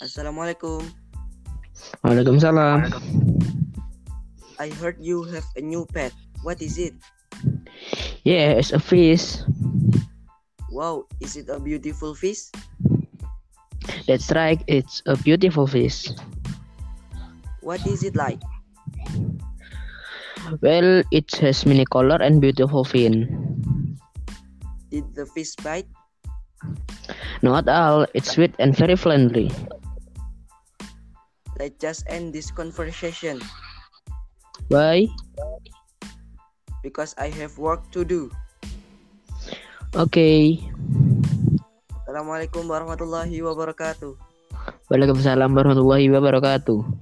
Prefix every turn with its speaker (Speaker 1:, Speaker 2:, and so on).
Speaker 1: Assalamualaikum.
Speaker 2: Waalaikumsalam.
Speaker 1: I heard you have a new pet. What is it?
Speaker 2: Yeah, it's a fish.
Speaker 1: Wow, is it a beautiful fish?
Speaker 2: That's right. It's a beautiful fish.
Speaker 1: What is it like?
Speaker 2: Well, it has many color and beautiful fin.
Speaker 1: Did the fish bite?
Speaker 2: Not all. It's sweet and very friendly.
Speaker 1: Let's just end this conversation
Speaker 2: Why?
Speaker 1: because I have work to do.
Speaker 2: Okay.
Speaker 1: Assalamualaikum warahmatullahi wabarakatuh.
Speaker 2: Waalaikumsalam warahmatullahi wabarakatuh.